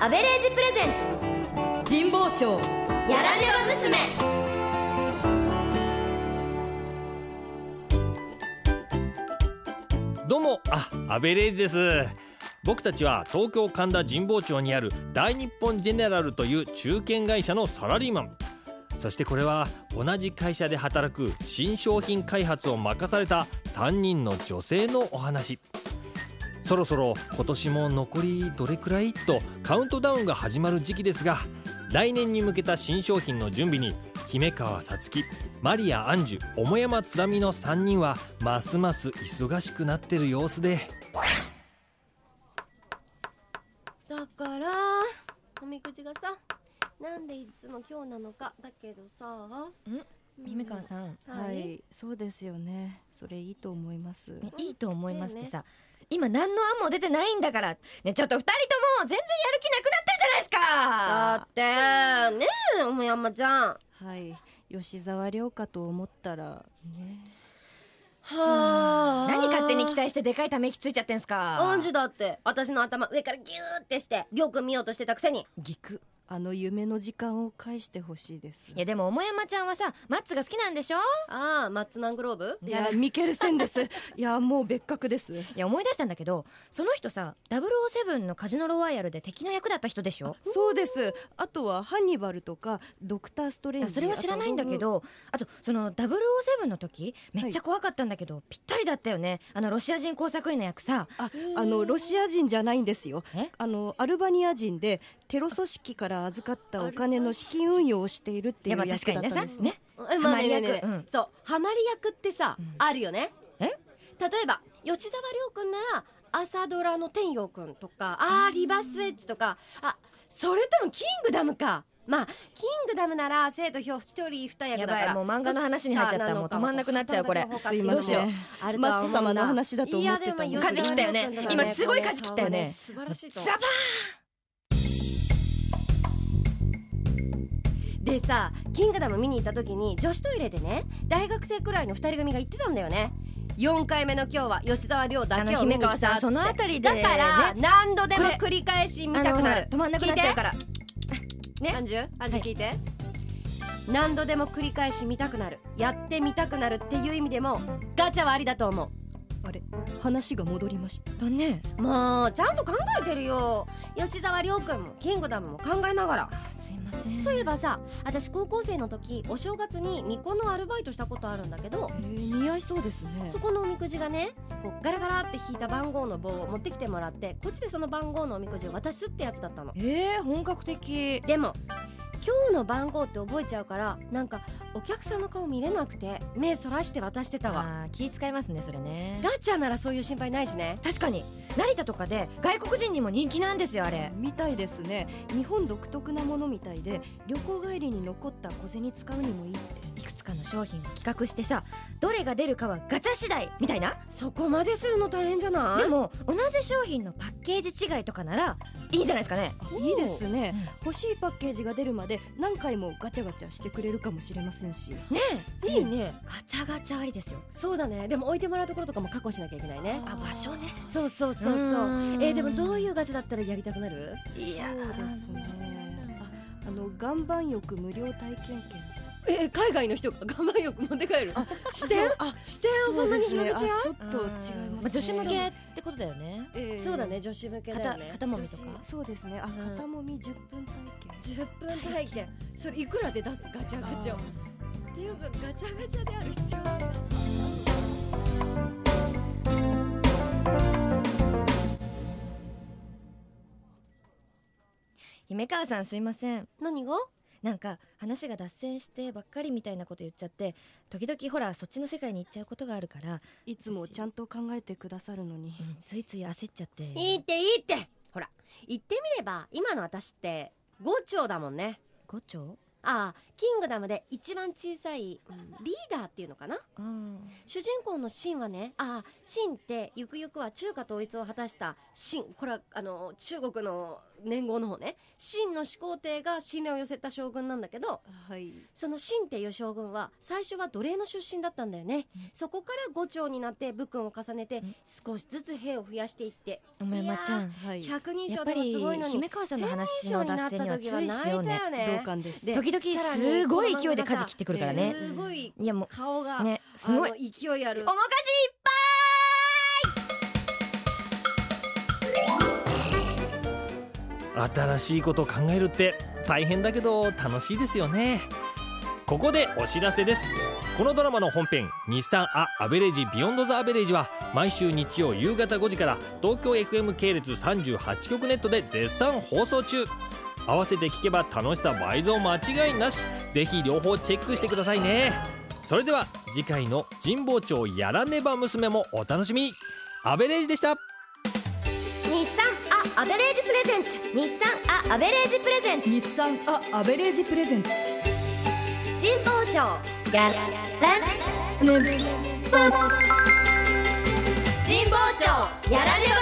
アベレージプレゼンツ神保町やらねば娘どうもあアベレージです僕たちは東京神田神保町にある大日本ジェネラルという中堅会社のサラリーマンそしてこれは同じ会社で働く新商品開発を任された3人の女性のお話そろそろ今年も残りどれくらいとカウントダウンが始まる時期ですが来年に向けた新商品の準備に姫川さつきマリア・アンジュ桃山つらみの3人はますます忙しくなってる様子でだからおみくじがさなんでいつも今日なのかだけどさうみみかんさん、ははいい、そうですよねそれいいと思いますねいいと思いますってさ、今何の案も出てないんだからねちょっと二人とも全然やる気なくなってるじゃないですかだってねえおもやまちゃんははい吉沢亮かと思ったらねあ何勝手に期待してでかいため息ついちゃってんすアかンジュだって私の頭上からギューってしてよく見ようとしてたくせにぎくあの夢の時間を返してほしいですいやでも桃山ちゃんはさマッツが好きなんでしょああマッツナングローブいやミケルセンですいやもう別格ですいや思い出したんだけどその人さ007のカジノロワイヤルで敵の役だった人でしょそうですあとはハンニバルとかドクターストレいンやジそれは知らないんだけどあとその007の時めっちゃ怖かったんだけど、ぴったりだったよねあのロシア人工作員の役さあとああのロシア人じゃないんですよえあのアルバニア人でテロ組織から預かったお金の資金運用をしているっていやいまうあ確役かにだっねたさんですねねえまあねねねハねマり役うんそうハマり役ってさ、うんあるよねえ例えば吉沢亮君なら朝ドラの天陽君とかあーリバースエッジとかあそれともキングダムかまあキングダムなら生徒表一人二役やだかばいらもう漫画の話に入っちゃったもう止まんなくなっちゃうこれすいませんあるとはマッ思うツんだ様の話だと思ってたんですいけやでども風切ったよね今すごい風風切ったよね素晴らしいとザバでさキングダム見に行った時に女子トイレでね大学生くらいの二人組が言ってたんだよね四回目の今日は吉沢亮だあけのを姫見に川来たさっつんってそのあたりでだからね何度でこも繰り返し見あたのくほならる止まんなくなっちゃうからねアンジュアンジュはい聞いて、何度でも繰り返し見たくなるやってみたくなるっていう意味でもガチャはありだと思話が戻りましただねうもうちゃんと考えてるよ吉沢亮君もキングダムも考えながらすいませんそういえばさ私高校生の時お正月に巫女のアルバイトしたことあるんだけどえー似合いそうですねそこのおみくじがねこうガラガラって引いた番号の棒を持ってきてもらってこっちでその番号のおみくじを渡すってやつだったのえー、本格的でも今日の番号って覚えちゃうからなんかお客さんの顔見れなくて目そらして渡してたわあー気使いますねそれねガチャならそういう心配ないしね確かに成田とかで外国人にも人気なんですよあれみたいですね日本独特なものみたいで旅行帰りに残った小銭使うにもいいっていくつかの商品を企画してさどれが出るかはガチャ次第みたいなそこまでするの大変じゃないでも同じ商品のパッケージ違いとかならいいんじゃないですかねいいですねうん欲しいパッケージが出るまで何回もガチャガチャしてくれるかもしれませんしねいいねガチャガチャありですよそうだねでも置いてもらうところとかも確保しなきゃいけないねあ場所ねそうそうそうそうーんえーでもどういうガチャだったらやりたくなるいやそうですねああの岩盤浴無料体験券え海外の人 が我慢よく持って帰るあ視点そうあ視点をそんなに広げちゃうそうですねあちょっと違いますね、まあ、女子向けってことだよねええそうだね女子向けだよ肩ね肩もみとか女子そうですねあん肩もみ10分体験10分体験それいくらで出すガチャガチャをっていうかガチャガチャである必要が姫川さんすいません何がなんか話が脱線してばっかりみたいなこと言っちゃって時々ほらそっちの世界に行っちゃうことがあるから、いつもちゃんと考えてくださるのにうんついつい焦っちゃっていいっていいってほら言ってみれば今の私って5兆だもんね五丁ああキングダムで一番小さい、うんリーダーっていうのかなうん主人公のシンはねああシンってゆくゆくは中華統一を果たしたシンこれはあの中国の年号の方ねシンの始皇帝が信頼を寄せた将軍なんだけどはいその秦っていう将軍は最初は奴隷の出身だったんだよね、そこから五長になって武勲を重ねてん少しずつ兵を増やしていってお前まちゃいやんはい百人や称っぱでもりすごいのに姫川さんの話の脱線には注意しようね同感ですで時々さらにすごい勢いで舵切ってくるからねすごいいやも顔が、うねすごいあの勢いあるおもか新しいこと考えるって大変だけど楽しいですよねここでお知らせですこのドラマの本編「日産ア・アベレージ・ビヨンド・ザ・アベレージ」は毎週日曜夕方5時から東京 FM 系列38局ネットで絶賛放送中合わせて聞けば楽しさ倍増間違いなしぜひ両方チェックしてくださいねそれでは次回の「神保町やらねば娘」もお楽しみにアベレージでした日産アアベレージプレゼンツじい日産アアベレージプレゼンツ日産あアベレージプレゼンツ神保町やらねね神保町やらねば